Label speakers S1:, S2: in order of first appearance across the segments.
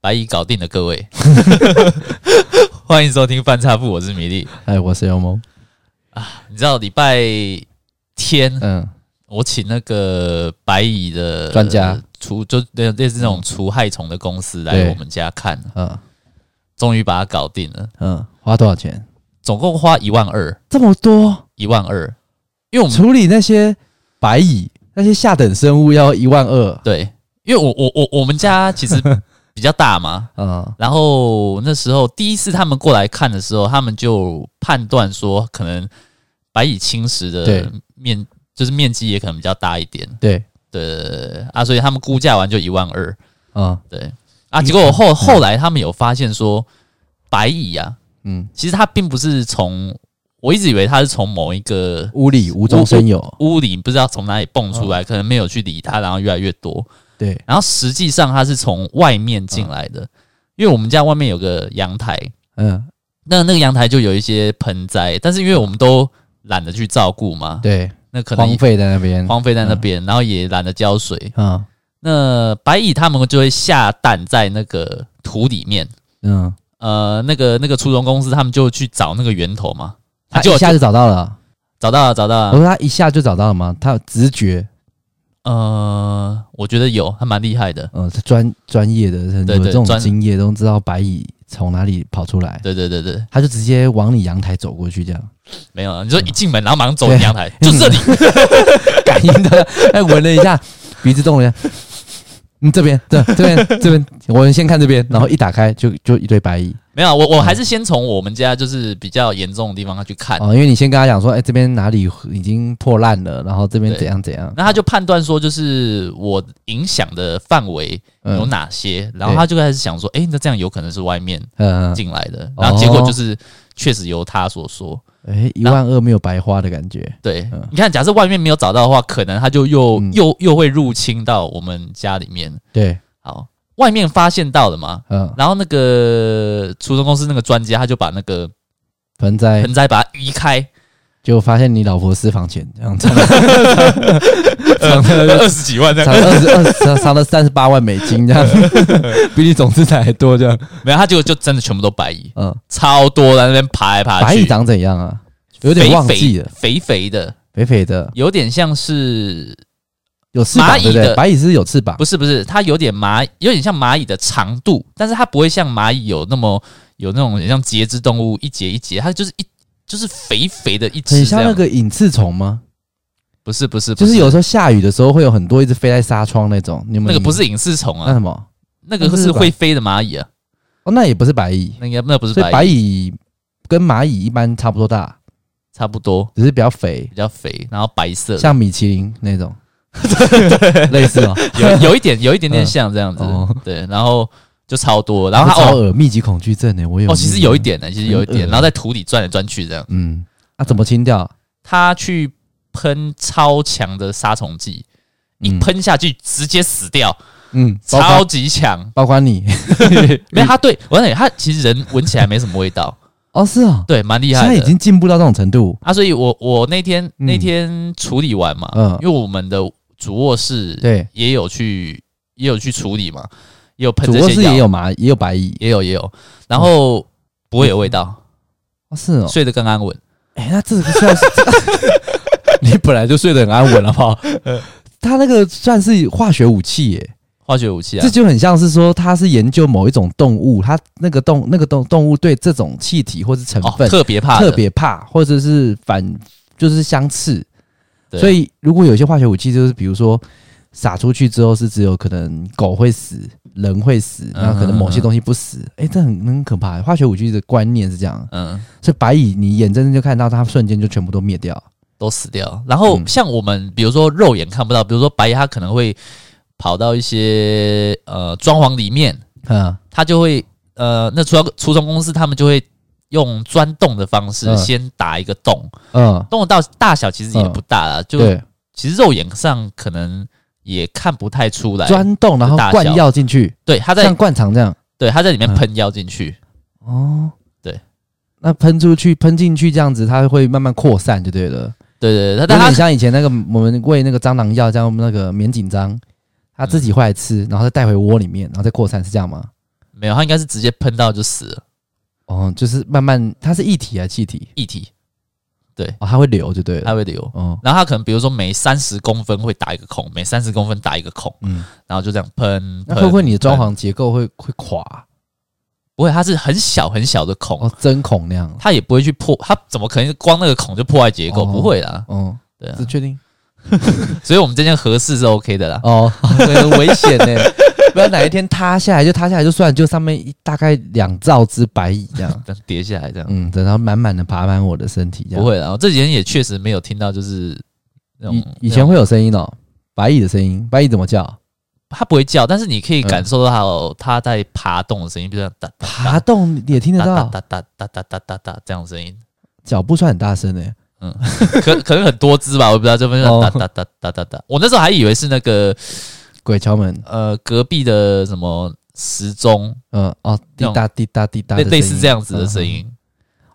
S1: 白蚁搞定了各位， 欢迎收听翻差部，我是米粒。
S2: 哎，我是尤蒙。
S1: 你知道礼拜天
S2: 嗯，
S1: 我请那个白蚁的
S2: 专家
S1: 除，就类类似那种除害虫的公司来
S2: 对
S1: 我们家看，
S2: 嗯
S1: 终于把它搞定了，
S2: 嗯，花多少钱？
S1: 总共花一万二，
S2: 这么多，
S1: 一万二，因为我们
S2: 处理那些白蚁、那些下等生物要一万二。
S1: 对，因为我我我我们家其实比较大嘛，
S2: 嗯
S1: 然后那时候第一次他们过来看的时候，他们就判断说，可能白蚁侵蚀的
S2: 对
S1: 面就是面积也可能比较大一点，
S2: 对，
S1: 对啊，所以他们估价完就一万二，
S2: 嗯
S1: 对啊，结果后后来他们有发现说，白蚁啊，
S2: 嗯，
S1: 其实它并不是从，我一直以为它是从某一个
S2: 屋里无中生有。
S1: 屋里不知道从哪里蹦出来，可能没有去理它，然后越来越多，
S2: 对，
S1: 然后实际上它是从外面进来的，因为我们家外面有个阳台。
S2: 嗯
S1: 那那个阳台就有一些盆栽，但是因为我们都懒得去照顾嘛，
S2: 对，
S1: 那可能
S2: 荒废嗯在那边。
S1: 荒废在那边，然后也懒得浇水。
S2: 嗯
S1: 那白蚁它们就会下蛋在那个土里面，
S2: 嗯，
S1: 呃，那个那个除虫公司他们就去找那个源头嘛，啊
S2: 他
S1: 就嗯
S2: 一下就找到了。
S1: 找到了，找到
S2: 我
S1: 了。
S2: 说他一下就找到了吗？他有直觉，
S1: 呃，我觉得有，还蛮厉害的。
S2: 嗯，是专专业的人
S1: 对
S2: 有
S1: 对
S2: 这种
S1: 专
S2: 经验，都知道白蚁从哪里跑出来。
S1: 对对对对，
S2: 他就直接往你阳台走过去，这样
S1: 没有，啊你说一进门然后马上走进阳 台，就
S2: 对嗯
S1: 这里，
S2: 感应的，哎，闻了一下，鼻子动了一下，嗯，这边，这这边，这边，我们先看这边，然后一打开就就一堆白蚁
S1: 没有，我我还是先从我们家就是比较严重的地方去看，
S2: 哦，因为你先跟他讲说，哎，这边哪里已经破烂了，然后这边
S1: 对
S2: 怎样怎样，
S1: 那他就判断说，就是我影响的范围有
S2: 嗯
S1: 哪些，然后他就开始想说，诶，那这样有可能是外面
S2: 嗯，
S1: 进来的，
S2: 哦
S1: 然后结果就是确实由他所说，
S2: 哎，一万二没有白花的感觉，
S1: 对
S2: 嗯，
S1: 你看，假设外面没有找到的话，可能他就又
S2: 嗯
S1: 又又会入侵到我们家里面。
S2: 对，
S1: 好，外面发现到了嘛，
S2: 嗯，
S1: 然后那个除虫公司那个专家他就把那个
S2: 盆栽
S1: 盆栽把它移开，
S2: 就发现你老婆私房钱这样子，
S1: 呃
S2: 长得
S1: 二十几万这
S2: 藏
S1: 样，
S2: 二十二藏藏了三十八万美金 这样，比你总资产还多这样，
S1: 没有，他结果就真的全部都白蚁，
S2: 嗯，
S1: 超多在那边爬来爬去，
S2: 白蚁长怎样啊？有点
S1: 肥
S2: 忘记了，
S1: 肥肥的，
S2: 肥肥的，
S1: 有点像是
S2: 有翅膀
S1: 蚂蚁
S2: 对不
S1: 的
S2: 对？白蚁是不是有翅膀，
S1: 不是不是，它有点蚂，有点像蚂蚁的长度，但是它不会像蚂蚁有那么有那种很像节肢动物一节一节，它就是一就是肥肥的一只
S2: 很
S1: 这
S2: 像
S1: 样。
S2: 那个隐翅虫吗？
S1: 不是不是，
S2: 就
S1: 不
S2: 是有时候下雨的时候会有很多一直飞在纱窗那种，你们
S1: 那个不是隐翅虫
S2: 嗯那
S1: 啊，
S2: 什么？
S1: 那个是会飞的蚂蚁啊，
S2: 哦，那也不是白蚁，
S1: 那个那不是
S2: 所以
S1: 白
S2: 白
S1: 蚁，
S2: 蚁跟蚂蚁一般差不多大，
S1: 差不多
S2: 只是比较肥
S1: 比，较肥，然后白色的，
S2: 像米其林那种，类似哦。
S1: 有有一点有一点点
S2: 嗯
S1: 像这样子
S2: 哦，
S1: 对，然后就超多， 然后它
S2: 超
S1: 哦
S2: 耳密集恐惧症呢，我有
S1: 哦，其实
S2: 那个
S1: 有一，点呢，其实有一点，
S2: 很恶
S1: 然后在土里转来转去这样，
S2: 嗯，啊，怎么清掉？
S1: 他去喷超强的杀虫剂，一
S2: 嗯
S1: 喷下去直接死掉，
S2: 嗯，包
S1: 超
S2: 括
S1: 级强。
S2: 包括你
S1: 没有
S2: 嗯
S1: 他对我跟你讲，他其实人闻起来没什么味 道，
S2: 哦，是哦，
S1: 对，蛮厉
S2: 现
S1: 害
S2: 在已
S1: 的。
S2: 经进步到这种程度，
S1: 啊，所以我我那天
S2: 嗯
S1: 那天处理完嘛，
S2: 嗯
S1: 因为我们的主卧室
S2: 对，
S1: 也有去也有去处理嘛，也有喷
S2: 主
S1: 这
S2: 卧
S1: 些
S2: 室
S1: 药
S2: 也有蚂，也有白蚁，
S1: 也有也有，然后不会有味道，
S2: 哦，是哦，
S1: 睡得更安稳。
S2: 哎、那这个 算是你本来就睡得很安稳了，好不好？他那个算是化学武器耶，
S1: 化学武器啊
S2: 这，就很像是说他是研究某一种动物，它那个动那个动动物对这种气体或是成
S1: 哦，
S2: 分、
S1: 特别怕的，
S2: 特别怕，或者是反就是相斥。
S1: 对啊
S2: 所以如果有一些化学武器，就是比如说撒出去之后是只有可能狗会死，人会死，
S1: 嗯
S2: 然后可能某
S1: 嗯
S2: 些
S1: 嗯
S2: 东西不死，哎、这很很可怕。化学武器的观念是这样，
S1: 嗯，
S2: 所以白蚁你眼睁睁就看到它瞬间就全部都灭掉。
S1: 都死掉。然后
S2: 嗯
S1: 像我们，比如说肉眼看不到，比如说白蚁，它可能会跑到一些呃装潢里面，
S2: 嗯，
S1: 它就会呃，那除了除虫公司，他们就会用钻洞的方式
S2: 嗯
S1: 先打一个洞，
S2: 嗯，
S1: 洞的到大小其实也不大啦，就
S2: 对，
S1: 其实肉眼上可能也看不太出来。
S2: 钻洞然后
S1: 大小
S2: 灌药进去，
S1: 对，它在
S2: 像灌肠这样。
S1: 对它在里面
S2: 嗯
S1: 喷药进去，
S2: 哦，
S1: 对，
S2: 那喷出去、喷进去这样子，它会慢慢扩散就对了。
S1: 对对对，
S2: 有
S1: 但
S2: 点
S1: 它
S2: 像以前那个我们喂那个蟑螂药，像那个免紧张，它自己会来吃，然后再带回窝里面，然后再扩散，是这样吗？
S1: 没有，它应该是直接喷到就死了。
S2: 哦，就是慢慢，它是液体还啊是气体？
S1: 液体
S2: 哦，它会流就对了。
S1: 它会流，
S2: 哦，
S1: 然后它可能比如说每三十公分会打一个孔，每三十公分打一个孔，
S2: 嗯，
S1: 然后就这样喷。
S2: 那
S1: 喷
S2: 会不会你的装潢结构会会垮？
S1: 不会，它是很小很小的孔，
S2: 哦，针孔那样？
S1: 它也不会去破，它怎么可能光那个孔就破坏结构？
S2: 哦
S1: 不会啦，
S2: 哦，
S1: 对啊
S2: 这，确定？
S1: 所以我们这件合适是 OK 的啦。
S2: 哦，对很危险呢，不然哪一天塌下来就塌下来就算，就上面一大概两兆只白蚁这样，
S1: 但是跌下来这样、
S2: 嗯，然后满满的爬满我的身体这样。
S1: 不，会啦，我这几天也确实没有听到就是那种
S2: 以以前会有声音哦，白蚁的声音，白蚁怎么叫？
S1: 它不会叫，但是你可以
S2: 嗯
S1: 感受到它有它在爬动的声音，比如说哒
S2: 爬动也听得
S1: 哒
S2: 到，
S1: 哒哒哒哒哒哒哒这样的声音，
S2: 脚步算很大声呢。
S1: 可可能很多只吧，我不知道，这边
S2: 哦
S1: 哒哒哒哒哒哒。我那时候还以为是那个
S2: 鬼敲门，
S1: 呃隔壁的什么时钟，
S2: 嗯，哦，滴答滴答滴答的
S1: 类
S2: 声音，
S1: 类似这样子的声
S2: 嗯。
S1: 音。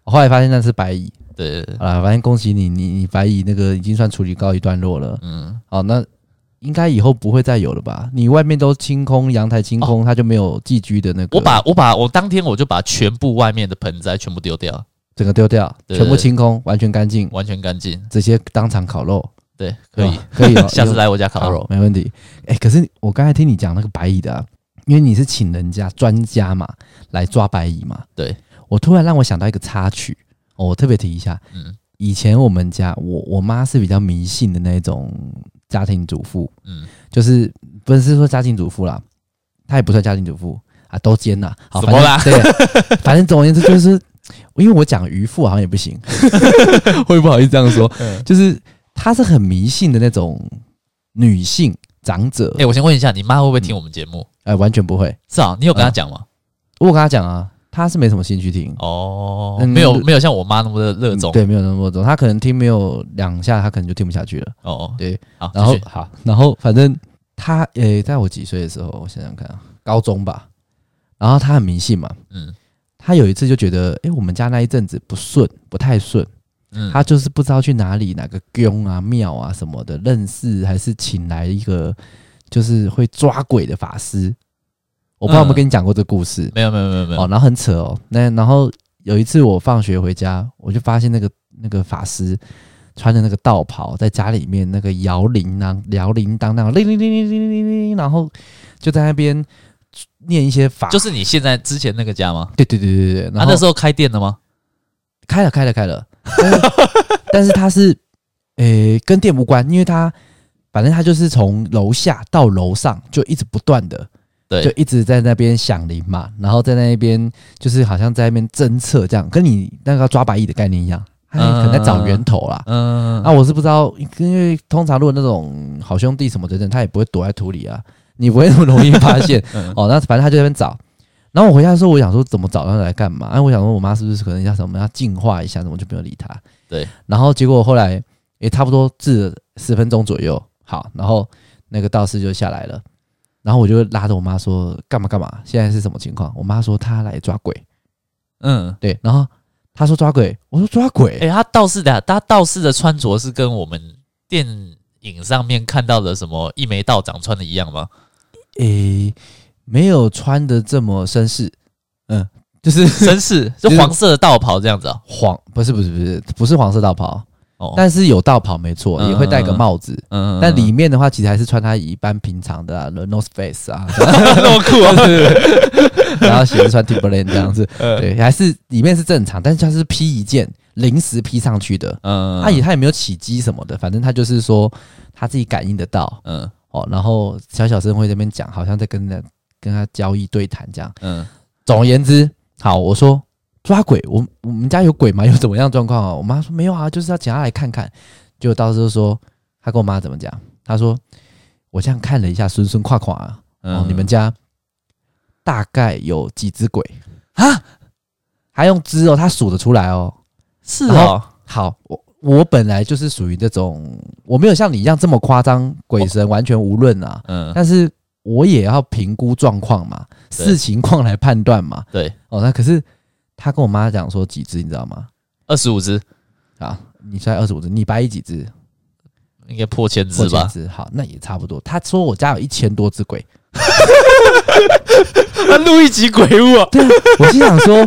S2: 我后来发现那是白蚁
S1: 对，对对
S2: 啊，反正恭喜你，你你白蚁那个已经算处理告一段落了。
S1: 嗯，
S2: 好，那应该以后不会再有了吧？你外面都清空，阳台清空，它就没有寄居的那个。
S1: 哦我把我把我当天我就把全部外面的盆栽全部丢掉，
S2: 整个丢掉，
S1: 对
S2: 全部清空，完全干净，
S1: 完全干净。
S2: 直接当场烤肉，
S1: 对， 可以，
S2: 对，吧可以 哦
S1: 下次来我家
S2: 好
S1: 烤肉。
S2: 没问题。哎、可是我刚才听你讲那个白蚁的、啊，因为你是请人家专家嘛来抓白蚁嘛，
S1: 对
S2: 我突然让我想到一个插曲，哦，我特别提一下，
S1: 嗯
S2: 以前我们家我我妈是比较迷信的那种家庭主妇，
S1: 嗯，
S2: 就是不是说家庭主妇啦，她也不算家庭主妇啊，都兼呐、好，
S1: 什么啦
S2: 反正对，反正总而言之就是，因为我讲渔夫好像也不 行，会不好意思这样说，
S1: 嗯
S2: 就是她是很迷信的那种女性长者，
S1: 哎，我先问一下，你妈会不会听我们节目？
S2: 哎、完全不会。
S1: 是啊，你有
S2: 嗯
S1: 跟她讲吗？
S2: 我有跟她讲啊，她是没什么兴趣听。
S1: 哦，
S2: 嗯
S1: 没有没有像我妈那么的热衷。
S2: 对，没有那么多，她可能听没有两下，她可能就听不下去了。
S1: 哦，
S2: 对，
S1: 好，
S2: 然后
S1: 继续
S2: 好，然后反正她，诶、在我几岁的时候，我想想看啊，高中吧。然后她很迷信嘛，
S1: 嗯
S2: 他有一次就觉得，诶，我们家那一阵子不顺，不太顺，
S1: 嗯，
S2: 他就是不知道去哪里哪个宫啊、庙啊什么的认识，还是请来一个就是会抓鬼的法师。我不知道有没有
S1: 嗯
S2: 跟你讲过这故事、
S1: 没有没有没有没有
S2: 哦，，然后很扯哦。那然后有一次我放学回家，我就发现那个那个法师穿着那个道袍，在家里面那个摇铃铛、摇铃铛那样铃铃铃铃铃铃铃，然后就在那边念一些法，
S1: 就是你现在之前那个家吗？
S2: 对对对对对对。
S1: 他、
S2: 然后、
S1: 那时候开店了吗？
S2: 开了，开了，开了，但是但是他是，诶、跟店无关，因为他反正他就是从楼下到楼上就一直不断的，
S1: 对
S2: 就一直在那边响铃嘛，然后在那边就是好像在那边侦测这样，跟你那个抓白蚁的概念一样，他可能在找源头啦。
S1: 嗯，
S2: 啊，我是不知道，因为通常如果那种好兄弟什么的人，他也不会躲在土里啊，你不会那么容易发现。
S1: 嗯
S2: 哦，那反正他就在那边找。然后我回家的时候，我想说怎么找他来干嘛？哎、我想说我妈是不是可能要什么要净化一下，怎么就没有理他？
S1: 对。
S2: 然后结果后来也差不多治了十分钟左右，好，然后那个道士就下来了，然后我就拉着我妈说干嘛干嘛，现在是什么情况？我妈说她来抓鬼，
S1: 嗯，
S2: 对，然后她说抓鬼，我说抓鬼，
S1: 哎、他道士的，他道士的穿着是跟我们电影上面看到的什么一眉道长穿的一样 吗？
S2: 诶、没有穿的这么绅士，嗯， 就是
S1: 真是，就黄色的道袍这样子啊、
S2: 黄，不是不是不是不是黄色道袍，
S1: 哦。
S2: 但是有道袍没错，
S1: 嗯
S2: 也会戴个帽子。
S1: 嗯，嗯
S2: 但里面的话，其实还是穿他一般平常的、啊、The North Face 啊，
S1: 那么酷啊！
S2: 然后鞋子穿 Timberland 这样 子，
S1: 呃
S2: 对，还是里面是正常，但是他是披一件临时披上去的， 啊
S1: 嗯，
S2: 他也他也没有起机什么的，反正他就是说他自己感应得到
S1: 嗯
S2: 哦，然后小小生会这边讲，好像在跟他跟他交易对谈这样。
S1: 嗯
S2: 总而言之，好，我说抓鬼，我我们家有鬼吗？有怎么样状况啊？我妈说没有啊，就是要请她来看看。结果到时候说，她跟我妈怎么讲？她说我这样看了一下，孙孙跨跨啊，哦，
S1: 嗯，
S2: 你们家大概有几只鬼？
S1: 啊
S2: 还用只哦，她数得出来哦。
S1: 是
S2: 然后
S1: 哦，
S2: 好，我我本来就是属于这种，我没有像你一样这么夸张，鬼神完全无论啊。
S1: 嗯
S2: 但是我也要评估状况嘛，
S1: 对
S2: 视情况来判断嘛。
S1: 对，
S2: 哦，那可是他跟我妈讲说几只，你知道吗？
S1: 二十五只
S2: 啊，你才二十五只，你白蚁几只？
S1: 应该破千只
S2: 我
S1: 吧？
S2: 只，好，那也差不多。他说我家有一千多只鬼，
S1: 他录一集鬼屋啊！
S2: 我心想说，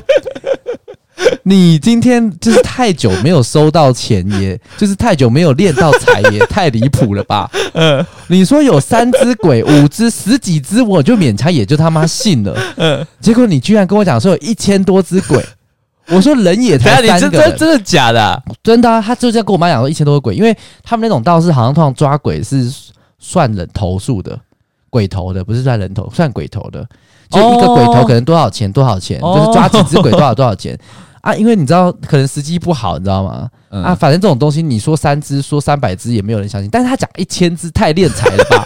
S2: 你今天就是太久没有收到钱也，就是太久没有练到财 也，太离谱了吧？
S1: 嗯
S2: 你说有三只鬼、五只、十几只，我就勉强也就他妈信了。
S1: 嗯，
S2: 结果你居然跟我讲说有一千多只鬼，我说人也
S1: 等一下
S2: 才
S1: 你
S2: 三
S1: 真
S2: 个
S1: 真
S2: 人，
S1: 真的假的啊？
S2: 真的、啊，他就在跟我妈讲说一千多个鬼，因为他们那种道士好像通常抓鬼是算人头数的，鬼头的不是算人头，算鬼头的，就一个
S1: 哦
S2: 鬼头可能多少钱多少钱，
S1: 哦
S2: 就是抓几只鬼多少多少钱。啊，因为你知道，可能时机不好，你知道吗？
S1: 嗯
S2: 啊，反正这种东西，你说三只，说三百只，也没有人相信。但是他讲一千只，太敛财了 吧？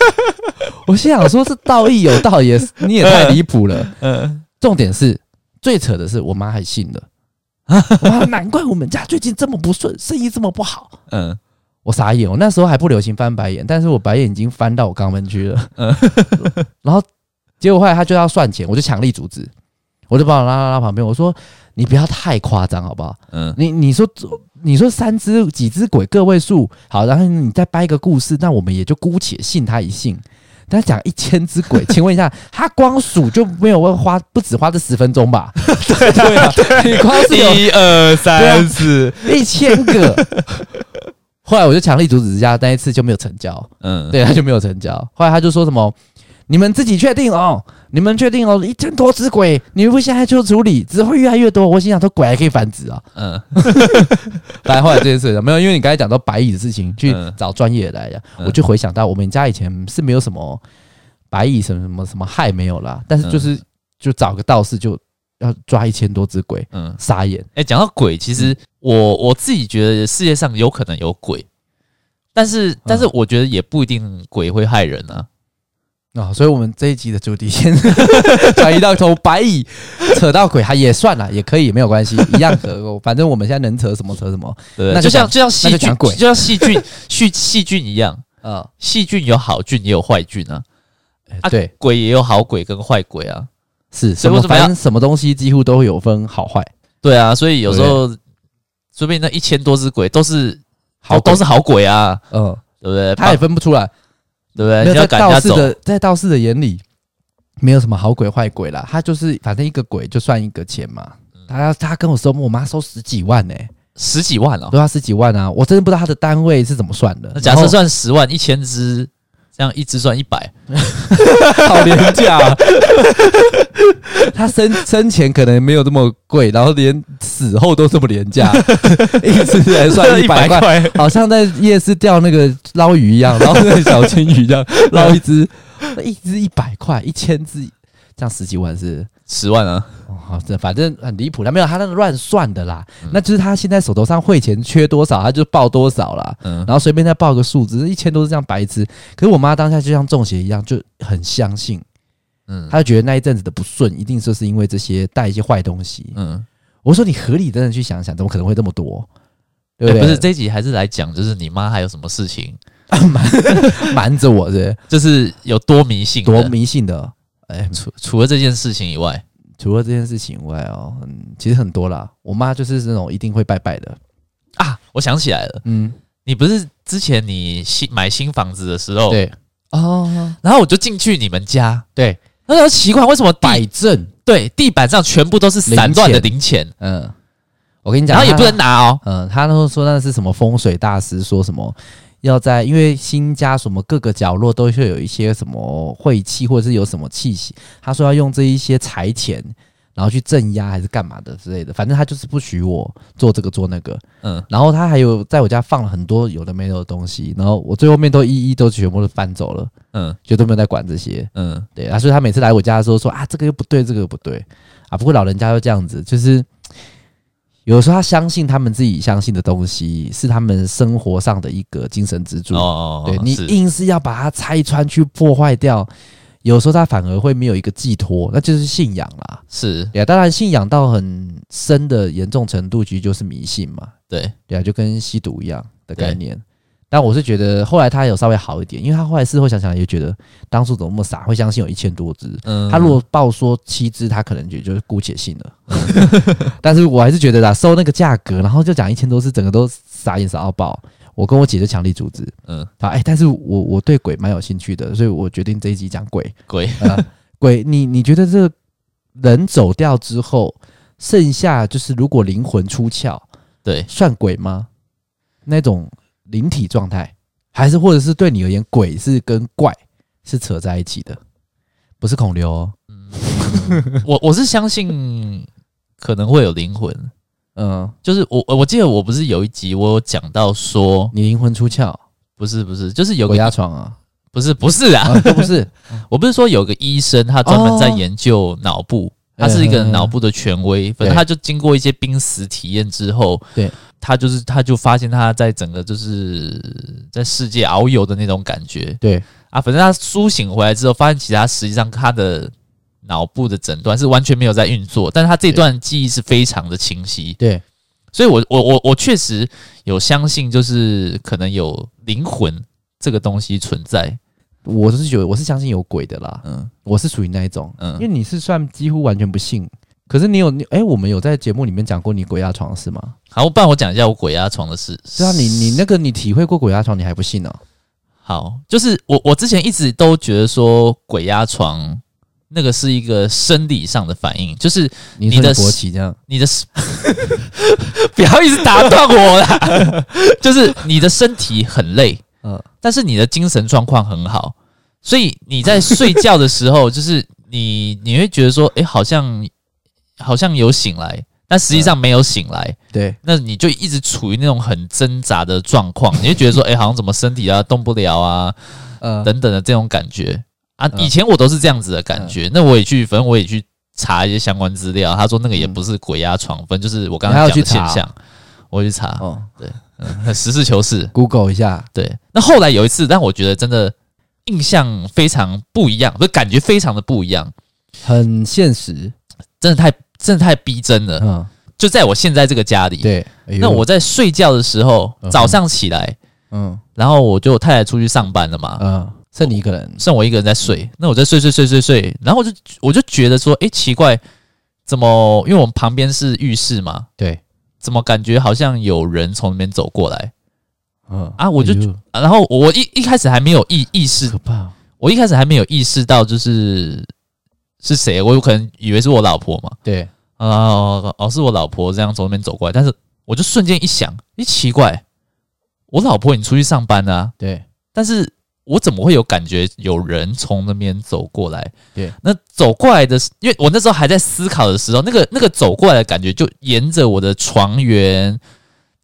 S2: 我心想说，这道义有道也，你也太离谱了。
S1: 嗯，
S2: 重点是最扯的是，我妈还信 了。我妈难怪我们家最近这么不顺，生意这么不好。
S1: 嗯，
S2: 我傻眼，我哦那时候还不流行翻白眼，但是我白眼已经翻到我肛门区了。
S1: 嗯
S2: 然后结果后来他就要算钱，我就强力阻止，我就把我拉拉拉旁边，我说你不要太夸张好不好？
S1: 嗯，
S2: 你你说你说三只几只鬼个位数好，然后你再掰一个故事，那我们也就姑且信他一信。但讲一千只鬼，请问一下， 他光数就没有花不止花这十分钟吧？ 对对啊，你光是有
S1: 一二
S2: 对啊
S1: 三四，
S2: 一千个。 后来我就强力阻止之下，那一次就没有成交，
S1: 嗯，
S2: 对，他就没有成交。后来他就说什么：“你们自己确定哦，你们确定哦，一千多只鬼，你们不现在就处理，只会越来越多。”我心想说，鬼还可以繁殖啊，
S1: 嗯，
S2: 反正后来这件事没有，因为你刚才讲到白蚁的事情，去
S1: 嗯
S2: 找专业的来讲，
S1: 嗯
S2: 我就回想到我们家以前是没有什么白蚁什么什么什么害没有啦，但是就是、就找个道士就要抓一千多只鬼，
S1: 嗯，
S2: 傻眼。
S1: 哎，讲到鬼，其
S2: 嗯
S1: 实我我自己觉得世界上有可能有鬼，但是
S2: 嗯
S1: 但是我觉得也不一定鬼会害人啊。
S2: 啊、所以我们这一集的主题 先转移到从白蚁扯到鬼，还也算了，也可以，没有关系，一样扯。反正我们现在能扯什么扯什么。
S1: 对不对，
S2: 那就
S1: 就像
S2: 讲
S1: 就像细
S2: 那就
S1: 菌
S2: 讲鬼，
S1: 就像细菌细细菌一样，
S2: 呃，
S1: 细菌有好菌也有坏菌啊，啊
S2: 哎对，
S1: 鬼也有好鬼跟坏鬼啊，
S2: 是什
S1: 所以
S2: 么
S1: 为什么
S2: 反
S1: 要
S2: 正什么东西几乎都会有分好坏，
S1: 对啊，所以有时候说不定那一千多只鬼都是
S2: 好
S1: 都
S2: 鬼
S1: 都是好鬼啊，
S2: 嗯、
S1: 对不对？
S2: 他也分不出来。
S1: 对不对？
S2: 没
S1: 你
S2: 有
S1: 要
S2: 在
S1: 赶人
S2: 道
S1: 家
S2: 士
S1: 走，
S2: 的在道士的眼里，没有什么好鬼坏鬼啦，他就是反正一个鬼就算一个钱嘛。
S1: 嗯
S2: 他要他跟我收，我妈收十几万呢、
S1: 十几万哦。
S2: 对啊，十几万啊，我真的不知道他的单位是怎么算的
S1: 那。假设算十万，一千只，这样一只算一百，
S2: 然后 好廉价啊、他生生前可能没有这么贵，然后连死后都这么 廉价，一次才 算一百块，
S1: 块。
S2: 好像在夜市钓那个捞鱼一样，捞那个小金鱼一样，捞一只，一只一百块，一千只，这样十几万是。
S1: 十万啊，
S2: 哦，好这反正很离谱，他没有他那个乱算的啦，
S1: 嗯
S2: 那就是他现在手头上汇钱缺多少，他就报多少啦，
S1: 嗯，
S2: 然后随便再报个数字，一千多是这样白痴。可是我妈当下就像中邪一样，就很相信，
S1: 嗯
S2: 她就觉得那一阵子的不顺，一定就是因为这些带一些坏东西。
S1: 嗯，
S2: 我说你合理真的去想想，怎么可能会这么多？对
S1: 哎
S2: 不
S1: 不
S2: 对？
S1: 是这一集还是来讲，就是你妈还有什么事情，
S2: 瞒着我是
S1: 就是有多迷信
S2: 不是
S1: 的，
S2: 多迷信的。哎，
S1: 除除了这件事情以外，
S2: 除了这件事情以外哦，嗯，其实很多啦。我妈就是那种一定会拜拜的，
S1: 啊，我想起来了，
S2: 嗯，
S1: 你不是之前你新买新房子的时候，，
S2: 对，哦，
S1: 然后我就进去你们家，
S2: 对，
S1: 那时候奇怪为什么
S2: 摆
S1: 地
S2: 正，
S1: 对地板上全部都是散乱的零钱，
S2: 嗯，我跟你讲，
S1: 然后也
S2: 他
S1: 不能，拿哦，
S2: 嗯，他那时候说那是什么风水大师说什么。要在，因为新家什么各个角落都会有一些什么晦气，或者是有什么气息。他说要用这一些财钱，然后去镇压还是干嘛的之类的。反正他就是不许我做这个做那个。
S1: 嗯，
S2: 然后他还有在我家放了很多有的没有的东西，然后我最后面都一一都全部都搬走了，
S1: 嗯
S2: 就都没有在管这些。
S1: 嗯
S2: 对啊，所以他每次来我家的时候说啊，这个又不对，这个又不对啊。不过老人家就这样子，就是有的时候他相信他们自己相信的东西是他们生活上的一个精神支柱。
S1: 哦哦，哦
S2: 对你
S1: 是
S2: 硬是要把它拆穿去破坏掉，有时候他反而会没有一个寄托，那就是信仰啦。
S1: 是，
S2: 对啊，当然信仰到很深的严重程度，其实就是迷信嘛。
S1: 对，
S2: 对啊，就跟吸毒一样的概
S1: 对
S2: 念。但我是觉得后来他有稍微好一点，因为他后来事后想想也觉得当初怎么那么傻，会相信有一千多只。
S1: 嗯，
S2: 他如果报说七只，他可能也就是姑且信了。嗯 但是我还是觉得啦，收那个价格，然后就讲一千多只，整个都傻眼傻到爆。我跟我姐就强力阻止
S1: 嗯
S2: 啊，哎、但是我我对 鬼蛮有兴趣的，所以我决定这一集讲鬼。
S1: 鬼，
S2: 呃，鬼，你你觉得这个人走掉之后，剩下就是如果灵魂出窍，
S1: 对，
S2: 算鬼吗？那种灵体状态，还是或者是对你而言，鬼是跟怪是扯在一起的，不是孔刘、哦。
S1: 我我是相信可能会有灵魂，
S2: 嗯，
S1: 就是我我记得我不是有一集我有讲到说，
S2: 你灵魂出窍，
S1: 不是不是，就是有
S2: 鬼
S1: 个
S2: 压床啊，
S1: 不是不是啊，
S2: 啊都不是，
S1: 我不是说有个医生他专门在
S2: 哦
S1: 研究脑部， 他是一个脑
S2: 嗯
S1: 部的权威，反正
S2: 对
S1: 他就经过一些濒死体验之后，
S2: 对，
S1: 他就是他就发现他在整个就是在世界遨游的那种感觉
S2: 对，
S1: 啊，反正他苏醒回来之后，发现其实他实际上他的脑部的诊断是完全没有在运作，但是他这段记忆是非常的清晰，
S2: 对，
S1: 所以我我我我确实有相信，就是可能有灵魂这个东西存在，
S2: 我是有，我是相信有鬼的啦，
S1: 嗯
S2: 我是属于那一种，
S1: 嗯
S2: 因为你是算几乎完全不信，可是你有，你哎、我们有在节目里面讲过你鬼压床的事吗？
S1: 好，不然我讲一下我鬼压床的事。
S2: 是啊，你你那个你体会过鬼压床，你还不信呢、哦
S1: 好，就是我我之前一直都觉得说鬼压床那个是一个生理上的反应，就是
S2: 你
S1: 你
S2: 说
S1: 的
S2: 你勃起这样，
S1: 你的 不要一直打断我啦， 就是你的身体很累，
S2: 嗯，
S1: 但是你的精神状况很好，所以你在睡觉的时候， 就是你你会觉得说，诶，好像好像有醒来，但实际上没有醒来。
S2: 对，
S1: 那你就一直处于那种很挣扎的状况，你就觉得说，诶，好像怎么身体啊动不了啊
S2: 呃，
S1: 等等的这种感觉啊。
S2: 嗯
S1: 以前我都是这样子的感觉，那我也去，反正我也去查一些相关资料，他说那个也不是鬼压床，分就是我刚
S2: 嗯你还
S1: 刚
S2: 要
S1: 讲的
S2: 去查
S1: 现象，我去 查，
S2: 哦
S1: 很实事求是。
S2: ，Google 一下，
S1: 对，那后来有一次，但我觉得真的印象非常不一样，不是感觉非常的不一样，
S2: 很现实，
S1: 真的太真的太逼真了。
S2: 嗯，
S1: 就在我现在这个家里，
S2: 对，哎呦
S1: 呃那我在睡觉的时候
S2: 嗯，哼
S1: 早上起来，
S2: 嗯
S1: 然后我就我太太出去上班了嘛，
S2: 嗯，剩你一个人，
S1: 剩我一个人在睡，那我在睡睡睡睡睡，然后我就我就觉得说，诶，奇怪，怎么？因为我们旁边是浴室嘛，
S2: 对，
S1: 怎么感觉好像有人从那边走过来？
S2: 嗯
S1: 啊我就
S2: 哎呦
S1: 啊然后我我一一开始还没有意意识
S2: 可，怕，
S1: 我一开始还没有意识到就是是谁，我有可能以为是我老婆嘛，
S2: 对，
S1: 啊哦哦是我老婆这样从那边走过来，但是我就瞬间一想，诶，奇怪，我老婆你出去上班啊，
S2: 对，
S1: 但是我怎么会有感觉有人从那边走过来？
S2: 对，
S1: 那走过来的时，因为我那时候还在思考的时候，那个那个走过来的感觉就沿着我的床缘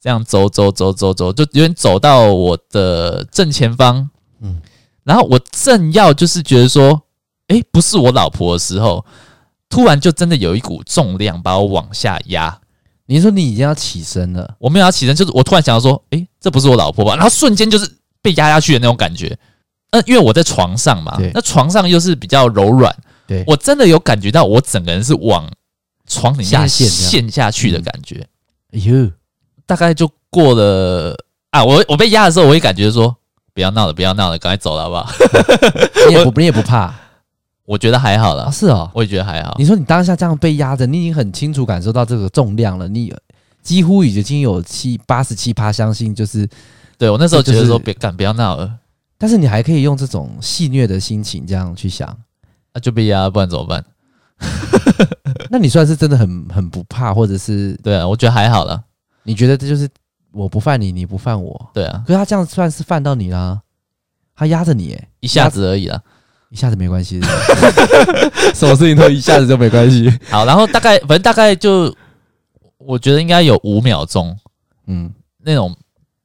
S1: 这样走走走走走，就有点走到我的正前方。嗯
S2: 嗯，
S1: 然后我正要就是觉得说，诶，不是我老婆的时候，突然就真的有一股重量把我往下压。
S2: 你说你已经要起身了，
S1: 我没有要起身，就是我突然想到说，诶，这不是我老婆吧？然后瞬间就是被压下去的那种感觉。嗯、因为我在床上嘛
S2: 对，
S1: 那床上又是比较柔软，
S2: 对
S1: 我真的有感觉到我整个人是往床里面
S2: 下陷这样
S1: 陷下去的感觉。
S2: 哎呦，
S1: 大概就过了啊，我我被压的时候，我也感觉说，哦不要闹了，不要闹了，赶快走了，好不 好？
S2: 你也不你也 不怕
S1: 我觉得还好
S2: 啊？
S1: 啦，
S2: 是哦，
S1: 我也觉得还好
S2: 你。说你当下这样被压着，你已经很清楚感受到这个重量了，你几乎已经有七八十七趴相信，就是，
S1: 对我那时候觉得说，
S2: 就是
S1: 别干，不要闹了，
S2: 但是你还可以用这种戏谑的心情这样去想，
S1: 那、啊就被压了，不然怎么办？
S2: 那你算是真的很很不怕，或者是
S1: 对啊，我觉得还好啦。
S2: 你觉得这就是我不犯你，你不犯我，
S1: 对啊，
S2: 可是他这样算是犯到你啦，他压着你耶，
S1: 一下子而已啦。
S2: 一下子没关 系，什么事情都一下子就没关系。
S1: 好，然后大概反正大概就，我觉得应该有五秒钟
S2: 嗯
S1: 那种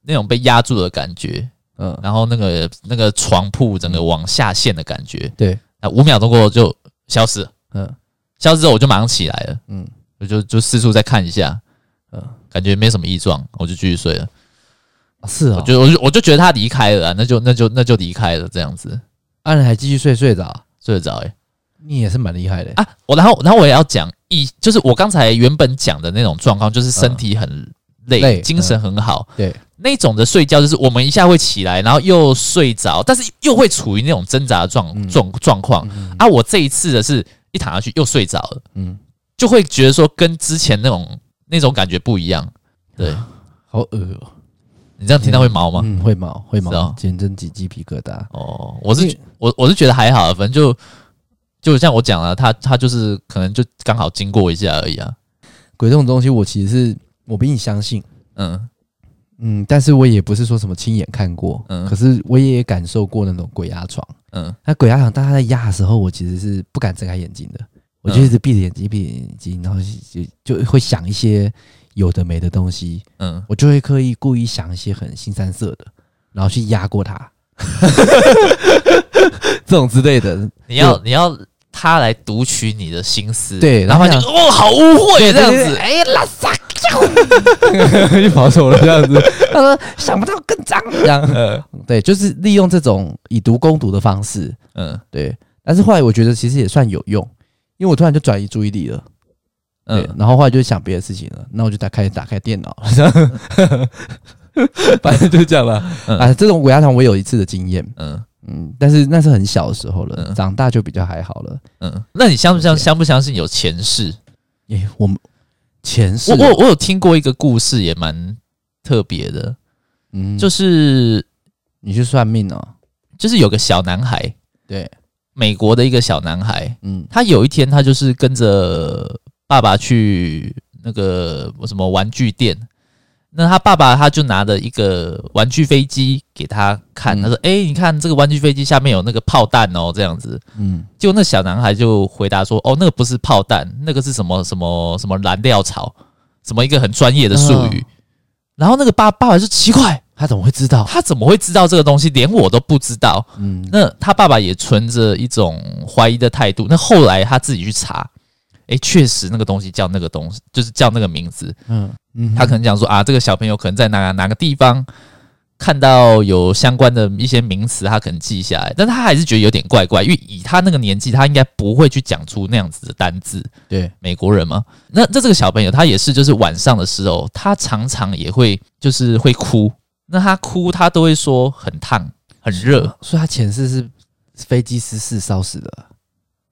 S1: 那种被压住的感觉，
S2: 嗯，
S1: 然后那个那个床铺整个往下陷的感觉，
S2: 对，
S1: 那五秒钟过后就消失了，
S2: 嗯
S1: 消失之后我就马上起来了，
S2: 嗯，
S1: 我就就四处再看一下，呃
S2: 嗯
S1: 感觉没什么异状，我就继续睡了。
S2: 啊是
S1: 我
S2: 哦，
S1: 就我就我就觉得他离开了啊，那就那就那就离开了这样子，
S2: 安啊然还继续睡睡着，
S1: 睡得着诶、
S2: 你也是蛮厉害的。
S1: 啊，我然后然后我也要讲一，就是我刚才原本讲的那种状况，就是身体很累，
S2: 嗯累嗯
S1: 精神很好，
S2: 对，
S1: 那种的睡觉就是我们一下会起来，然后又睡着，但是又会处于那种挣扎的状
S2: 嗯
S1: 状状况啊。我这一次的是一躺下去又睡着了，
S2: 嗯，
S1: 就会觉得说跟之前那种那种感觉不一样。对
S2: 好恶哦，
S1: 你这样听到会毛吗？
S2: 嗯，会毛会
S1: 是哦
S2: 毛，简直起鸡皮疙瘩。
S1: 哦，我是
S2: 因为
S1: 啊觉我我是觉得还好，反正就就像我讲了，他他就是可能就刚好经过一下而已啊。
S2: 鬼这种东西，我其实是我比你相信，
S1: 嗯，
S2: 嗯，但是我也不是说什么亲眼看过，
S1: 嗯
S2: 可是我也感受过那种鬼压床。
S1: 嗯，
S2: 那鬼压床，当他在压的时候，我其实是不敢睁开眼睛的，我就一直闭着眼睛，闭着眼睛，然后就就就会想一些有的没的东西，
S1: 嗯，
S2: 我就会刻意故意想一些很新三色的，然后去压过它， 这种之类的，
S1: 你要你要他来读取你的心思，
S2: 对
S1: 然后他
S2: 然
S1: 就
S2: 后
S1: 哦，好污秽这样
S2: 对对
S1: 子，
S2: 对
S1: 哎，拉萨，
S2: 就跑走了这样子。 他说想不到更脏，这样
S1: 嗯
S2: 对，就是利用这种以毒攻毒的方式，
S1: 嗯
S2: 对。但是后来我觉得其实也算有用，因为我突然就转移注意力了。对，
S1: 嗯，
S2: 然后后来就想别的事情了，那我就打开打开电脑， 反正就这样吧。
S1: 嗯
S2: 啊，这种鬼压床我有一次的经验，
S1: 嗯
S2: 嗯，但是那是很小的时候了，
S1: 嗯
S2: 长大就比较还好了。
S1: 嗯，那你相不相相不相信有前世？
S2: 耶、我们前世
S1: 我我我有听过一个故事，也蛮特别的，
S2: 嗯，就
S1: 就是
S2: 你去算命哦，
S1: 就是有个小男孩，
S2: 对，
S1: 美国的一个小男孩，
S2: 嗯
S1: 他有一天他就是跟着爸爸去那个什么玩具店，那他爸爸他就拿着一个玩具飞机给他看，
S2: 嗯
S1: 他说：“哎、你看这个玩具飞机下面有那个炮弹哦，这样子。”
S2: 嗯
S1: 结果那小男孩就回答说：“哦，那个不是炮弹，那个是什么什么什么燃料槽，什么一个很专业的术语。
S2: 哦
S1: 然后那个爸爸爸就奇怪，
S2: 他怎么会知道？
S1: 他怎么会知道这个东西？连我都不知道。
S2: 嗯
S1: 那他爸爸也存着一种怀疑的态度。那后来他自己去查，诶，确实那个东西叫那个东西，就是叫那个名字。
S2: 嗯嗯，
S1: 他可能讲说啊，这个小朋友可能在哪哪个地方看到有相关的一些名词，他可能记下来，但他还是觉得有点怪怪，因为以他那个年纪，他应该不会去讲出那样子的单字。
S2: 对，
S1: 美国人嘛，那那这个小朋友他也是，就是晚上的时候，他常常也会就是会哭，那他哭他都会说很烫很热，
S2: 所以他前世是飞机失事烧死的。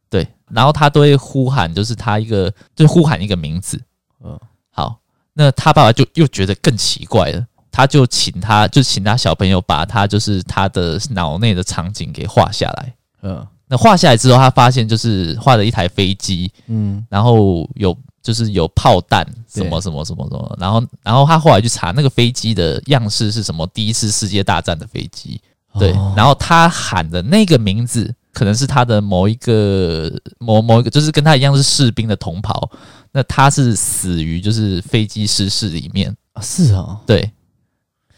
S1: 对，然后他都会呼喊，就是他一个，就是呼喊一个名字。
S2: 嗯
S1: 好，那他爸爸就又觉得更奇怪了，他就请他，就请他小朋友把他就是他的脑内的场景给画下来。
S2: 嗯
S1: 那画下来之后，他发现就是画了一台飞机，
S2: 嗯
S1: 然后有就是有炮弹什么什么什么什么，然后然后他后来去查那个飞机的样式是什么，第一次世界大战的飞机，对，
S2: 哦
S1: 然后他喊的那个名字，可能是他的某一个某某一个，就是跟他一样是士兵的同袍。那他是死于就是飞机失事里面，
S2: 啊是哦，
S1: 对。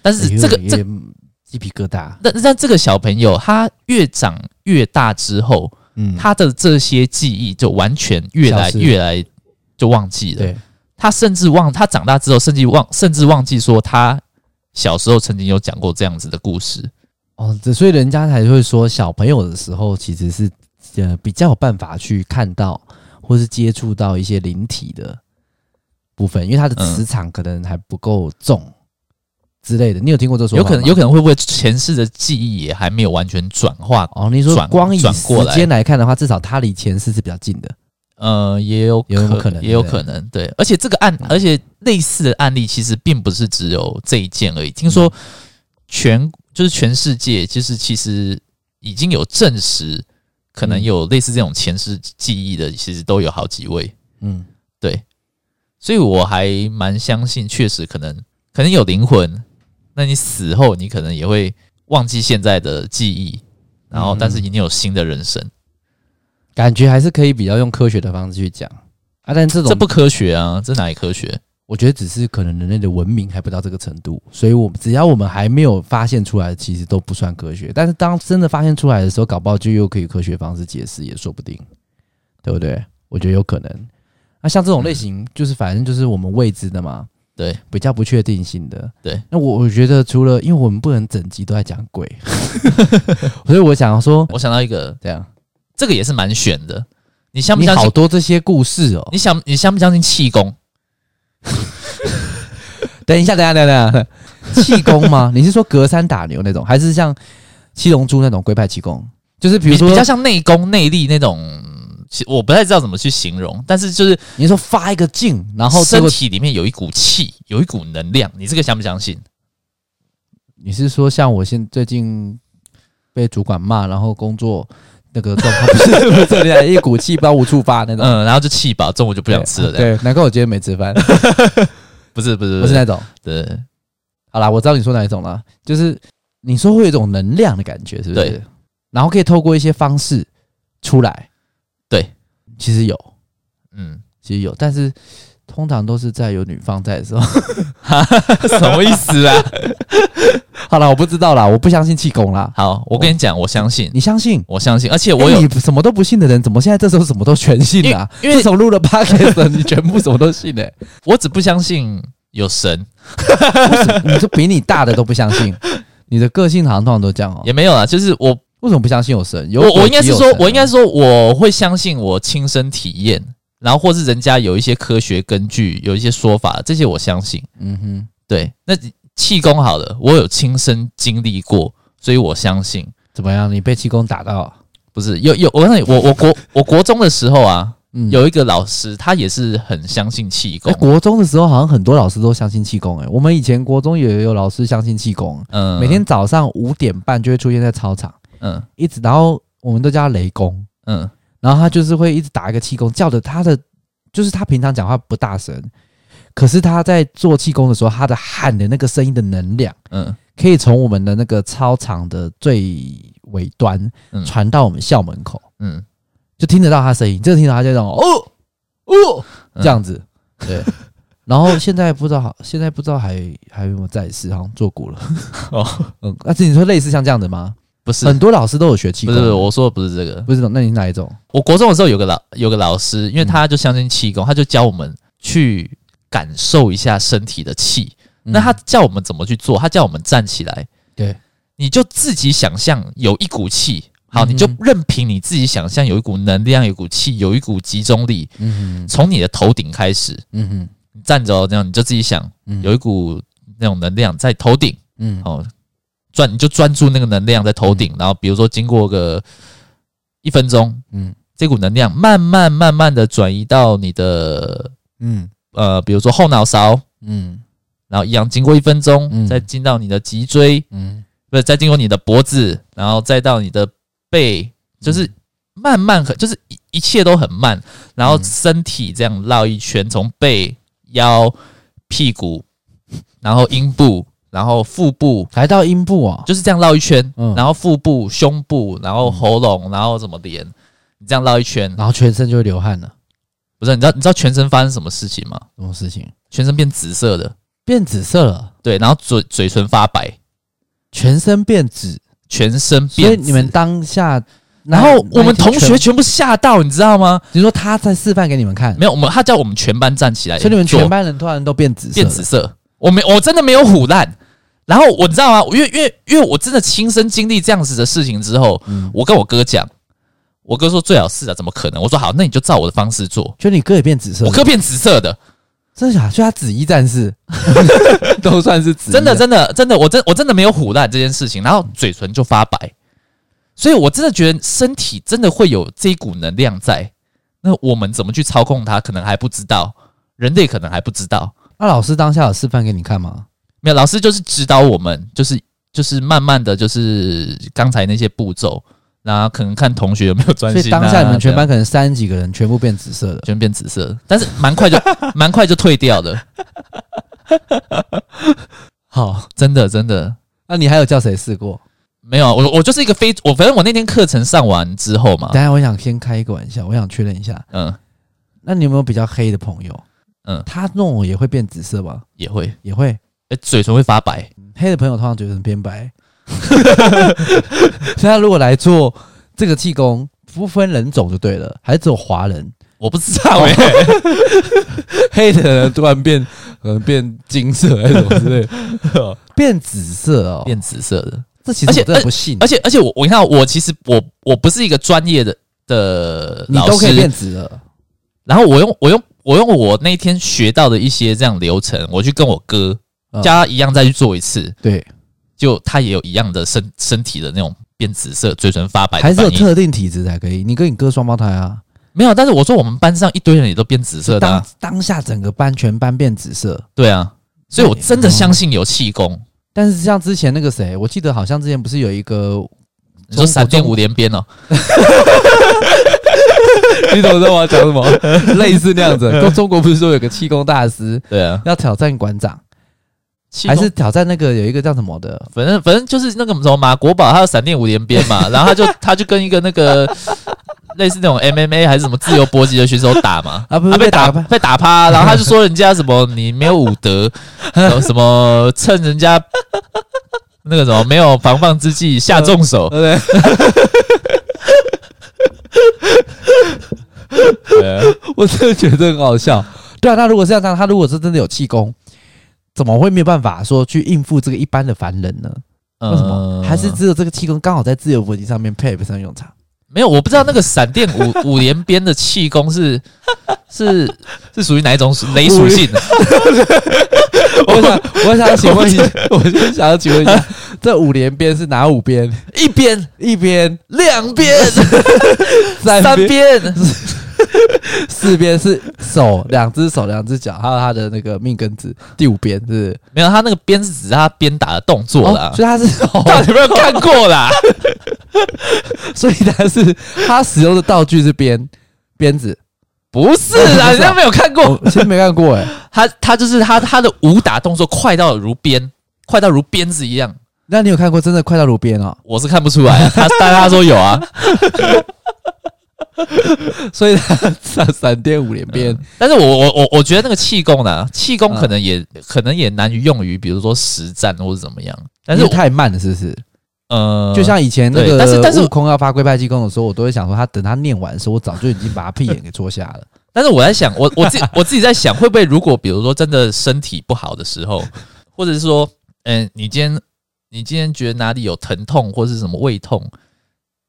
S1: 但
S2: 哎
S1: 是
S2: 呦
S1: 这个
S2: 有
S1: 这
S2: 点鸡皮疙瘩。
S1: 但但这个小朋友他越长越大之后，
S2: 嗯，
S1: 他的这些记忆就完全越来
S2: 消失了
S1: 越来就忘记了。
S2: 对
S1: 他甚至忘他长大之后，甚至忘甚至忘记说他小时候曾经有讲过这样子的故事。
S2: 哦，这所以人家才会说，小朋友的时候其实是呃比较有办法去看到或是接触到一些灵体的部分，因为他的
S1: 嗯
S2: 磁场可能还不够重之类的。你有听过这说
S1: 有
S2: 法
S1: 可能，
S2: 吗
S1: 有可能会不会前世的记忆也还没有完全转化？
S2: 哦，你说
S1: 转
S2: 光以
S1: 转
S2: 时
S1: 过来
S2: 间来看的话，至少他离前世是比较近的。
S1: 呃，也有
S2: 也有可能
S1: 也有
S2: 对嗯不对
S1: 可能，对。而且这个案，而且类似的案例其实并不是只有这一件而已。听说
S2: 嗯
S1: 全就是全世界，就是其实已经有证实，可能
S2: 嗯
S1: 有类似这种前世记忆的，其实都有好几位。
S2: 嗯，
S1: 对，所以我还蛮相信，确实可能可能有灵魂。那你死后，你可能也会忘记现在的记忆，然
S2: 嗯
S1: 后但是你有新的人生，
S2: 感觉还是可以比较用科学的方式去讲啊，但这种
S1: 这不科学啊，这哪里科学？
S2: 我觉得只是可能人类的文明还不到这个程度，所以我们只要我们还没有发现出来，其实都不算科学。但是当真的发现出来的时候，搞不好就又可以科学方式解释，也说不定，对不对？我觉得有可能。那像这种类型，就是反正就是我们未知的嘛，
S1: 对，
S2: 比较不确定性的。
S1: 对，
S2: 那我我觉得除了，因为我们不能整集都在讲鬼， 所以我想说，
S1: 我想到一个，
S2: 这样
S1: 这个也是蛮悬的。你相不
S2: 你
S1: 相
S2: 好
S1: 信？
S2: 多这些故事哦
S1: 你。想你相不相信气功？
S2: 等一下，等一下，等一下，等一下， 气功 吗？你是说隔山打牛那种，还是像七龙珠那种龟派气功？就是比
S1: 比
S2: 如说
S1: 比，较像内功内力那种，其我不太知道怎么去形容，但是就是
S2: 你说发一个劲，然后这
S1: 身
S2: 个
S1: 体里面有一股气，有一股能量，你这个相不相信？
S2: 你是说像我现最近被主管骂，然后工作那个状况，不是不是这样，一股气不知道无处发那种。
S1: 嗯，然后就气饱，中午就不想吃了。这样
S2: 对，难怪我今天没吃饭，
S1: 不是不是
S2: 不
S1: 不
S2: 是
S1: 是，
S2: 那种。
S1: 对
S2: 好啦，我知道你说哪一种了，就是你说会有一种能量的感觉，是不是
S1: 对？
S2: 然后可以透过一些方式出来。
S1: 对，
S2: 其实有，
S1: 嗯，
S2: 其实有，但是通常都是在有女方在的时候。
S1: 什么意思啊？
S2: 好啦，我不知道啦，我不相信气功啦。
S1: 好，我跟你讲，我相信，
S2: 你相信？
S1: 我相信，而且
S2: 我
S1: 我有
S2: 哎你什么都不信的人，怎么现在这时候什么都全信啦、
S1: 因为因为
S2: 自从录了 podcast，你全部什么都信 欸嘞、
S1: 我只不相信有神，
S2: 为什么？你就比你大的都不相信，你的个性好像通常都这样哦、
S1: 也没有啦，就是我
S2: 为什么不相信有神？有
S1: 我
S2: 鬼
S1: 我应该
S2: 即
S1: 是
S2: 有
S1: 说
S2: 神，啊
S1: 我应该是说我会相信我亲身体验，然后或是人家有一些科学根据，有一些说法，这些我相信。
S2: 嗯哼，
S1: 对，那气功好了，我有亲身经历过，所以我相信。
S2: 怎么样？你被气功打到？
S1: 不是有有，我告诉你，我我国 我国中的时候啊，
S2: 嗯，
S1: 有一个老师，他也是很相信气
S2: 哎、
S1: 功。
S2: 国中的时候好像很多老师都相信气功、哎，我们以前国中也有老师相信气功，
S1: 嗯，
S2: 每天早上五点半就会出现在操场，
S1: 嗯
S2: 一直，然后我们都叫他雷公，
S1: 嗯
S2: 然后他就是会一直打一个气功，叫的他的就是他平常讲话不大声，可是他在做气功的时候，他的喊的那个声音的能量，
S1: 嗯
S2: 可以从我们的那个操场的最尾端
S1: 嗯
S2: 传到我们校门口，
S1: 嗯，
S2: 就听得到他声音，真的听到他就那种哦哦
S1: 嗯
S2: 这样子，对。然后现在不知道，现在不知道还还有没有在世，好像做过了。
S1: 哦，
S2: 嗯，那、是你说类似像这样的吗？
S1: 不是
S2: 很多老师都有学气
S1: 不
S2: 功，
S1: 是，不是我说的不是这个。
S2: 不是那你是哪一种？
S1: 我国中的时候有个老有个老师，因为他就相信气功，他就教我们去感受一下身体的气。那他
S2: 嗯
S1: 叫我们怎么去做？他叫我们站起来，
S2: 对，
S1: 你就自己想象有一股气，好，
S2: 嗯哼
S1: 你就任凭你自己想象有一股能量，有一股气，有一股集中力，
S2: 嗯哼
S1: 从你的头顶开始，
S2: 嗯哼
S1: 你站着哦这样，你就自己想
S2: 嗯
S1: 有一股那种能量在头顶，
S2: 嗯
S1: 哦，专你就专注那个能量在头顶，然后比如说经过个一分钟，
S2: 嗯
S1: 这股能量慢慢慢慢的转移到你的
S2: 嗯
S1: 呃，比如说后脑勺，
S2: 嗯
S1: 然后一样经过一分钟，
S2: 嗯
S1: 再进到你的脊椎，
S2: 嗯
S1: 不是再经过你的脖子，然后再到你的背，就是
S2: 嗯
S1: 慢慢很，就是一一切都很慢，然后
S2: 嗯
S1: 身体这样绕一圈，从背、腰、屁股，然后阴部，然后腹部，
S2: 还到阴部啊、
S1: 就是这样绕一圈，
S2: 嗯
S1: 然后腹部、胸部，然后喉咙，然后怎么连，你这样绕一圈，
S2: 然后全身就会流汗了，
S1: 不是你知道你知道全身发生什么事情吗？
S2: 什么事情？
S1: 全身变紫色的，
S2: 变紫色了，
S1: 对，然后嘴嘴唇发白，
S2: 全身变紫，
S1: 全身
S2: 所
S1: 变
S2: 以
S1: 紫，
S2: 你们当下，那
S1: 然后
S2: 那
S1: 我们
S2: 一天
S1: 同学
S2: 全，
S1: 全部吓到，你知道吗？
S2: 你说他在示范给你们看，
S1: 没有，我们他叫我们全班站起来，
S2: 所以你们全
S1: 做
S2: 班人突然都变紫色，
S1: 变紫，色。我没，我真的没有唬烂。然后我你知道吗？因为因为因为我真的亲身经历这样子的事情之后，
S2: 嗯
S1: 我跟我哥讲，我哥说最好是啊，怎么可能？我说好，那你就照我的方式做。
S2: 就你哥也变紫色，
S1: 我哥变紫色的，
S2: 真的假的？所以他紫衣战士都算是紫衣，
S1: 真的真的真的，我真我真的没有唬烂这件事情。然后嘴唇就发白，所以我真的觉得身体真的会有这一股能量在。那我们怎么去操控它，可能还不知道，人类可能还不知道。
S2: 那老师当下有示范给你看吗？
S1: 没有，老师就是指导我们，就是就是慢慢的就是刚才那些步骤，然后可能看同学有没有专
S2: 所
S1: 心、啊。
S2: 以当下你们全
S1: 这
S2: 班
S1: 样
S2: 可能三十几个人全部变紫色的，
S1: 全变紫色，但是蛮快就 蛮快就退掉了，
S2: 好，
S1: 真的真的
S2: 那你还有叫谁试过？
S1: 没有啊。我我就是一个非我，反正我那天课程上完之后嘛
S2: 等，一下我想先开一个玩笑，我想确认一下，
S1: 嗯
S2: 那你有没有比较黑的朋友？
S1: 嗯，
S2: 他弄我也会变紫色吗？
S1: 也会，
S2: 也会，
S1: 呃嘴唇会发白，
S2: 黑的朋友通常嘴唇偏白， 所以他如果来做这个气功，不分人种就对了，还是只有华人？
S1: 我不知
S2: 哦
S1: 道哎、欸，
S2: 黑的人突然变， 可能变金色还是什么之类的， 变紫色哦，
S1: 变紫色的。
S2: 这其实
S1: 而且
S2: 我真的不信
S1: 而，且而且我我你看我其实我我不是一个专业的的
S2: 你
S1: 老
S2: 都可以
S1: 师，
S2: 变紫了，
S1: 然后我用我用我用我那天学到的一些这样流程，我去跟我哥
S2: 嗯
S1: 叫他一样再去做一次，
S2: 对，
S1: 就他也有一样的身身体的那种变紫色、嘴唇发白
S2: 还
S1: 的
S2: 是有
S1: 反应。
S2: 特定体质才可以。你跟你哥双胞胎啊，
S1: 没有，但是我说我们班上一堆人也都变紫色的、
S2: 当
S1: 啊，
S2: 当下整个班全班变紫色。
S1: 对啊，所以我
S2: 嗯
S1: 真的相信有气功。
S2: 但是像之前那个谁，我记得好像之前不是有一个
S1: 你说闪电五连鞭哦，
S2: 你懂我在讲什么？ 嗯类似那样子，中中国不是说有个气功大师
S1: 对啊，
S2: 要挑战馆长，
S1: 气
S2: 还
S1: 功
S2: 是挑战那个有一个叫什么的？
S1: 反正反正就是那个什么马国宝，他有闪电五连鞭 嘛，然后他就他就跟一个那个类似那种 MMA 还是什么自由搏击的选手打嘛，
S2: 啊不是
S1: 他
S2: 被
S1: 被
S2: 打
S1: 打被打趴，然后他就说人家什么你没有武 德，然后什么趁人家那个什么没有防范之际下重 手，
S2: 对不对？我真的觉得很好笑。对啊，那如果是这样，他如果是真的有气功，怎么会没有办法说去应付这个一般的凡人呢？为什么？
S1: 嗯
S2: 还是只有这个气功刚好在自由搏击上面配不上用场？
S1: 没有？我不知道那个闪电五五连鞭的气功 是是是属于哪一种属雷属性的？
S2: 我想，我想请问一下，我就想要请问一下， 这五连鞭是哪五边？
S1: 一边、
S2: 一边、
S1: 两边、
S2: 三
S1: 三
S2: 边、
S1: 边。
S2: 四边是手，两只手、两只脚，还有他的那个命根子。第五边是
S1: 没有，他那个鞭是指他鞭打的动作啦
S2: 哦。所以他是，
S1: 到底有没有看过 啦？
S2: 所以他是他使用的道具是鞭鞭子。
S1: 不是
S2: 不是
S1: 啦，
S2: 啊
S1: 人家没有看过。
S2: 我其实没看过哎、
S1: 他他就是他他的武打动作快到如鞭，快到如鞭子一样。
S2: 那你有看过真的快到炉边哦？
S1: 我是看不出来、啊， 他但他说有啊，
S2: 所以他闪闪电五连鞭，
S1: 但是我我我我觉得那个气功呢，气功
S2: 嗯
S1: 可能也、可能也难于用于，比如说实战或者怎么样。但
S2: 但
S1: 是
S2: 是嗯
S1: 我
S2: 太慢了，是不是？
S1: 呃，
S2: 就像以前那
S1: 对
S2: 个，
S1: 但是但是
S2: 悟空要发龟派气功的时候，我都会想说，他等他念完的时候，我早就已经把他屁眼给戳瞎了。
S1: 但是我在想，我我自己我自己在想，会不会如果比如说真的身体不好的时候， 或者是说，嗯、你今天你今天觉得哪里有疼痛或是什么胃痛，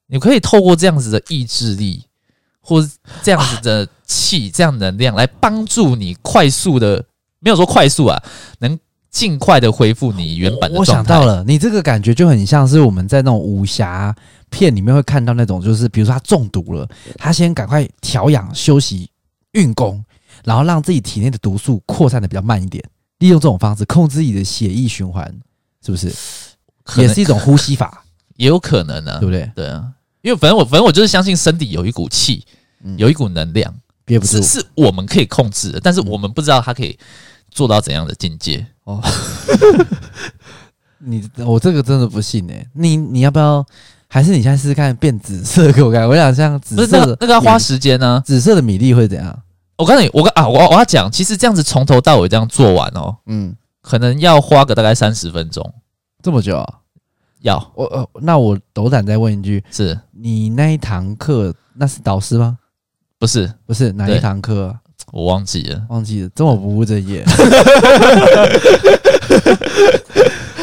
S1: 你可以透过这样子的意志力，或是这样子的气、这样能量来帮助你快速的，没有说快速啊，能尽快的恢复你原本的
S2: 我
S1: 状
S2: 想
S1: 态。
S2: 到了，你这个感觉就很像是我们在那种武侠片里面会看到那种，就是比如说他中毒了，他先赶快调养、休息、运功，然后让自己体内的毒素扩散的比较慢一点，利用这种方式控制自己的血液循环，是不是？
S1: 可能
S2: 也是一种呼吸法，
S1: 也有可能啊
S2: 对，不对？
S1: 对啊，因为反正我反正我就是相信身体有一股气，
S2: 嗯
S1: 有一股能量。
S2: 憋不住
S1: 是。是我们可以控制的，但是我们不知道他可以做到怎样的境界。
S2: 哦，你我这个真的不信哎、你你要不要？还是你现在试试看变紫色给我看？我想像紫
S1: 不是那
S2: 色
S1: 个
S2: 的
S1: 那个要花
S2: 米
S1: 时间呢、
S2: 紫色的米粒会怎样？
S1: 我告诉你，我跟啊，我我要讲，其实这样子从头到尾这样做完哦，
S2: 嗯，
S1: 可能要花个大概三十分钟。
S2: 这么久、啊？
S1: 要
S2: 我呃，那我斗胆再问一句，
S1: 是
S2: 你那一堂课那是导师吗？
S1: 不是？
S2: 不是哪一
S1: 对
S2: 堂课啊、
S1: 我忘记了。
S2: 忘记了，这么不务正业，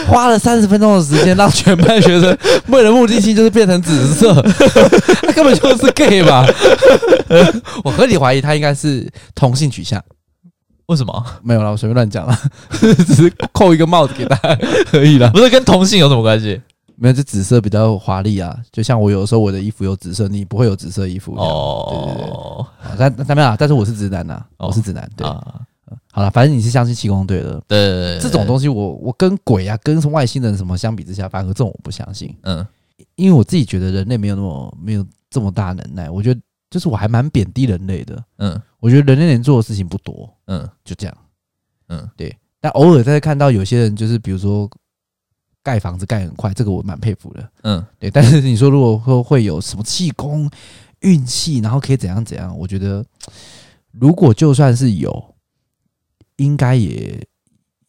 S2: 花了三十分钟的时间让全班学生为了目的性就是变成紫色， 他根本就是 gay 吧？ 我合理怀疑他应该是同性取向，
S1: 为什么？
S2: 没有啦，我 随便乱讲了，只是扣一个帽子给他而已啦。
S1: 不是跟同性有什么关系？
S2: 没有，就紫色比较华丽啊，就像我有的时候我的衣服有紫色，你不会有紫色衣服这样对对对
S1: 哦，
S2: 啊但但没有啊，但是我是直男呐、
S1: 哦
S2: 我是直男。对，
S1: 啊，
S2: 好了，反正你是相信气功对的。
S1: 对对啊对对，
S2: 这种东西我，我跟鬼啊，跟外星人什么相比之下，反而这种我不相信，
S1: 嗯，
S2: 因为我自己觉得人类没有那么没有这么大能耐。我觉得就是我还蛮贬低人类的，
S1: 嗯
S2: 我觉得人类能做的事情不多，
S1: 嗯
S2: 就这样。
S1: 嗯，
S2: 对。但偶尔在看到有些人，就是比如说盖房子盖很快，这个我蛮佩服的。
S1: 嗯，
S2: 对，但是你说如果会会有什么气功、运气，然后可以怎样怎样，我觉得如果就算是有，应该也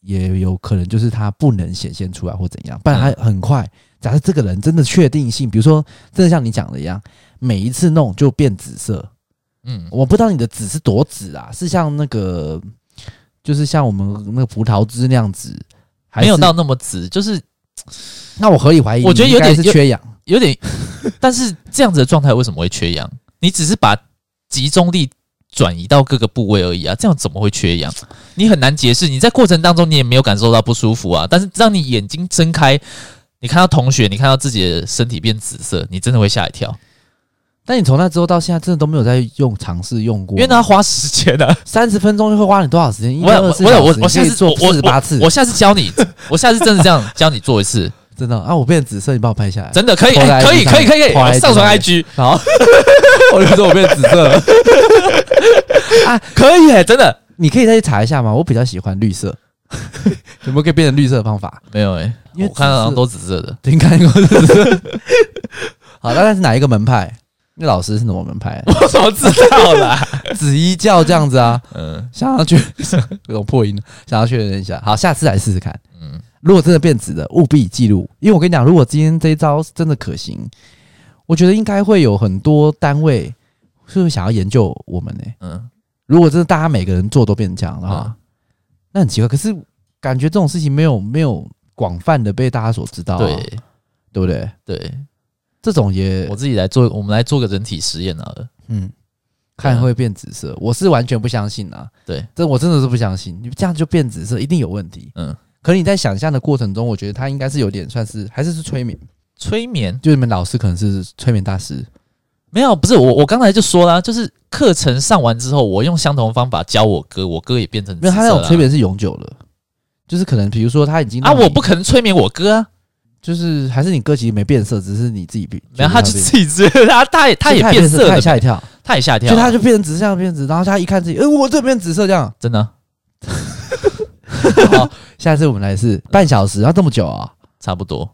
S2: 也有可能就是他不能显现出来或怎样，不然
S1: 嗯
S2: 他很快。假设这个人真的确定性，比如说真的像你讲的一样，每一次弄就变紫色，
S1: 嗯
S2: 我不知道你的紫是多紫啊，是像那个就是像我们那个葡萄汁那样紫，还
S1: 没有
S2: 是
S1: 到那么直，就是
S2: 那我合理怀疑，
S1: 我觉得有点
S2: 是
S1: 有
S2: 缺氧。
S1: 有点，但是这样子的状态为什么会缺氧？你只是把集中力转移到各个部位而已啊，这样怎么会缺氧？你很难解释。你在过程当中你也没有感受到不舒服啊，但是让你眼睛睁开，你看到同学，你看到自己的身体变紫色，你真的会吓一跳，
S2: 但你从那之后到现在，真的都没有在用尝试用过，
S1: 因为它花时间啊。
S2: 三十分钟会花你多少时间？
S1: 我我我我我下次
S2: 做
S1: 我我
S2: 四十八次，
S1: 我下次教你，我下次真的这样教你做一次，
S2: 真的啊，我变紫色，你帮我拍下来。
S1: 真的可以，
S2: 拖在
S1: 哎可以，
S2: IG 上
S1: 可以，可以，可以
S2: 拖在 IG
S1: 上传
S2: 上面
S1: IG，
S2: 然后 我就说我变紫色了，
S1: 可以耶，真的
S2: 你可以再去查一下吗？我比较喜欢绿 色，有没有可以变成绿色的方法？
S1: 没有哎，
S2: 因为
S1: 我看到好像
S2: 紫
S1: 都紫色
S2: 色
S1: 的，
S2: 你看过是不是？ 好，大概是哪一个门派？那老师是哪么门派？
S1: 我怎么知道啦？
S2: 紫衣教这样子啊，
S1: 嗯，
S2: 想要去 有种破音了，想要确认一下。好，下次来试试看。嗯，如果真的变紫的，务必记录，因为我跟你讲，如果今天这一招真的可行，我觉得应该会有很多单位是会想要研究我们呢、
S1: 嗯，
S2: 如果真的大家每个人做都变成这样的话，
S1: 嗯
S2: 那很奇怪。可是感觉这种事情没有没有广泛的被大家所知道、啊，
S1: 对
S2: 对不对？
S1: 对，
S2: 这种也
S1: 我自己来做，我们来做个人体实验好了。
S2: 嗯，看会变紫色，我是完全不相信啊。
S1: 对，
S2: 这我真的是不相信，你这样就变紫色，一定有问题。
S1: 嗯，
S2: 可你在想象的过程中，我觉得他应该是有点算是还是是催眠，
S1: 催眠
S2: 就你们老师可能是催眠大师。
S1: 没有，不是我，我刚才就说啦，就是课程上完之后，我用相同的方法教我哥，我哥也变成
S2: 没有，他那
S1: 紫色
S2: 种
S1: 啦
S2: 催眠是永久的，就是可能比如说他已经
S1: 啊，
S2: 让你
S1: 我不可能催眠我哥啊，
S2: 就是还是你哥其实没变色，只是你自己变，
S1: 没有，他就
S2: 觉得
S1: 自己知道，他他也他
S2: 变
S1: 也变色
S2: 他
S1: 了
S2: 也，吓一跳，
S1: 他也吓一跳
S2: 就
S1: 啊，
S2: 他就变成紫色，变成紫，然后他一看自己，哎、我这变紫色这样。
S1: 真的啊
S2: 好，下次我们来试半小时，要这么久啊？
S1: 差不多，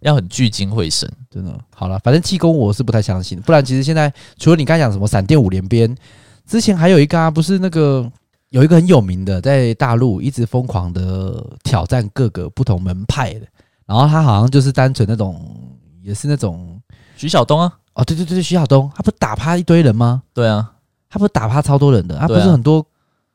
S1: 要很聚精会神。
S2: 真的。好了，反正气功我是不太相信，不然其实现在除了你刚才讲什么闪电五连鞭，之前还有一个啊，不是那个有一个很有名的，在大陆一直疯狂的挑战各个不同门派的，然后他好像就是单纯那种，也是那种
S1: 徐晓东啊，
S2: 哦，对对对对，徐晓东，他不打趴一堆人吗？
S1: 对啊，
S2: 他不是打趴超多人的，他不
S1: 对啊
S2: 是很多。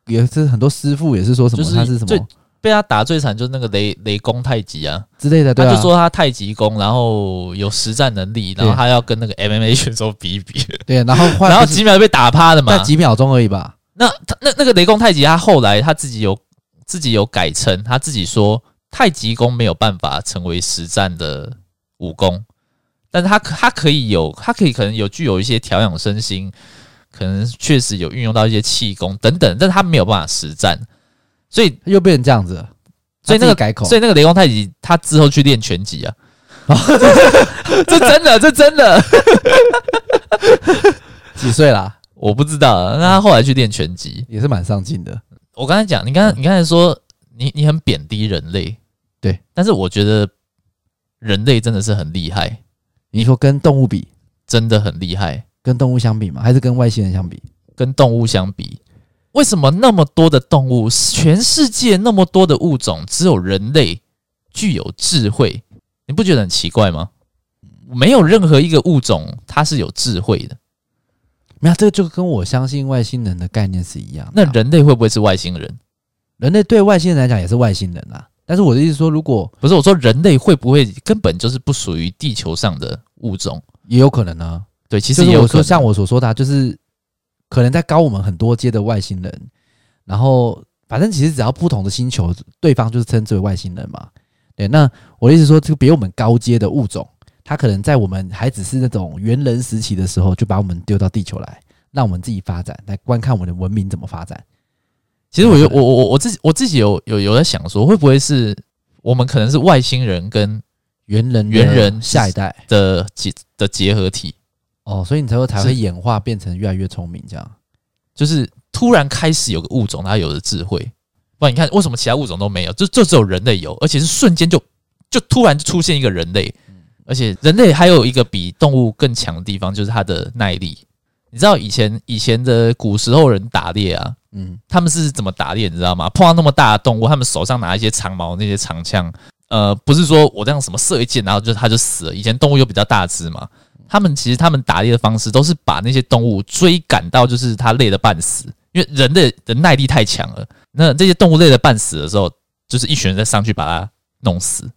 S2: 也是很多师傅也是说什么、
S1: 就是
S2: 他是什
S1: 最
S2: 么
S1: 被他打最惨就是那个雷雷公太极啊，
S2: 之类的，对啊，
S1: 他就说他太极功，然后有实战能力，然后
S2: 对
S1: 他要跟那个 MMA 选手比一比，
S2: 对，然后换
S1: 然后
S2: 就是
S1: 几秒就被打趴了嘛
S2: 那。几秒钟而已吧，
S1: 那他那那个雷公太极，他后来他自己有自己有改称，他自己说太极功没有办法成为实战的武功，但是他可他可以有，他可以可能有具有一些调养身心，可能确实有运用到一些气功等等，但是他没有办法实战，所以
S2: 又变成这样子了，
S1: 所以那个
S2: 他自己改口，
S1: 所以那个雷公太极他之后去练拳击啊， 这真的这真的
S2: 几岁啦，
S1: 我不知道啊，那他后来去练拳击，
S2: 也是蛮上进的。
S1: 我刚才讲，你刚
S2: 嗯
S1: 才你刚才说你你很贬低人类，
S2: 对，
S1: 但是我觉得人类真的是很厉害，
S2: 你说跟动物比，
S1: 真的很厉害，
S2: 跟动物相比吗？还是跟外星人相比？
S1: 跟动物相比，为什么那么多的动物，全世界那么多的物种，只有人类具有智慧？你不觉得很奇怪吗？没有任何一个物种它是有智慧的，
S2: 没有，啊这个就跟我相信外星人的概念是一样的
S1: 那
S2: 啊、
S1: 人类会不会是外星人？
S2: 人类对外星人来讲也是外星人啊。但是我的意思说，如果
S1: 不是我说人类会不会根本就是不属于地球上的物种？
S2: 也有可能呢、
S1: 对，其
S2: 啊，
S1: 实
S2: 就是
S1: 也有
S2: 我
S1: 可能
S2: 说像我所说的、啊，就是可能在高我们很多阶的外星人，然后反正其实只要不同的星球，对方就是称之为外星人嘛。对，那我的意思说，这个比我们高阶的物种，它可能在我们还只是那种猿人时期的时候，就把我们丢到地球来，让我们自己发展，来观看我们的文明怎么发展。
S1: 其实我有
S2: 对
S1: 我我我我自己我自己有有有在想说，会不会是我们可能是外星人跟
S2: 猿人的
S1: 猿人
S2: 下一代
S1: 的结的结合体，
S2: 哦，所以你才会才
S1: 是
S2: 会演化变成越来越聪明这样。
S1: 就是突然开始有个物种它有了智慧，不然你看为什么其他物种都没有，就就只有人类有，而且是瞬间就就突然就出现一个人类，而且人类还有一个比动物更强的地方，就是它的耐力。你知道以前以前的古时候人打猎啊，
S2: 嗯，
S1: 他们是怎么打猎，你知道吗？碰到那么大的动物，他们手上拿一些长矛、那些长枪，呃，不是说我这样什么射一箭，然后就它就死了。以前动物又比较大只嘛，他们其实他们打猎的方式都是把那些动物追赶到，就是它累得半死，因为人类的耐力太强了。那这些动物累得半死的时候，就是一群人在上去把它弄死，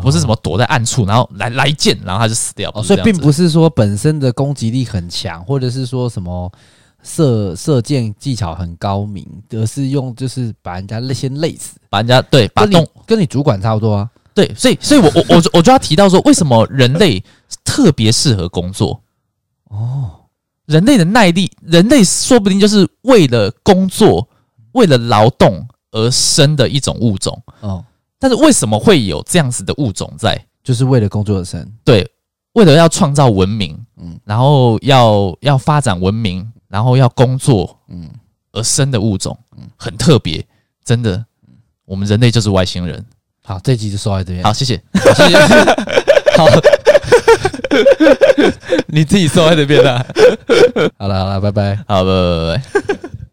S1: 不是什么躲在暗处，然后来来一箭，然后它就死掉。
S2: 哦，所
S1: 这
S2: 以
S1: 样
S2: 并
S1: 子
S2: 不是说本身的攻击力很强，或者是说什么射射箭技巧很高明，而是用就是把人家累先累死，
S1: 把人家对把
S2: 跟
S1: 动
S2: 你跟你主管差不多啊。
S1: 对，所以，所以我我我就我就要提到说，为什么人类特别适合工作？
S2: 哦，
S1: 人类的耐力，人类说不定就是为了工作、为了劳动而生的一种物种。
S2: 哦，
S1: 但是为什么会有这样子的物种在？
S2: 就是为了工作而生。
S1: 对，为了要创造文明，
S2: 嗯
S1: 然后要要发展文明，然后要工作
S2: 嗯，
S1: 而生的物种，很特别，真的，我们人类就是外星人。
S2: 好，这集就说到这边。
S1: 好，谢谢，谢谢，好，你自己说在这边啦。啊
S2: 好了好了，拜拜。
S1: 好，拜拜拜拜。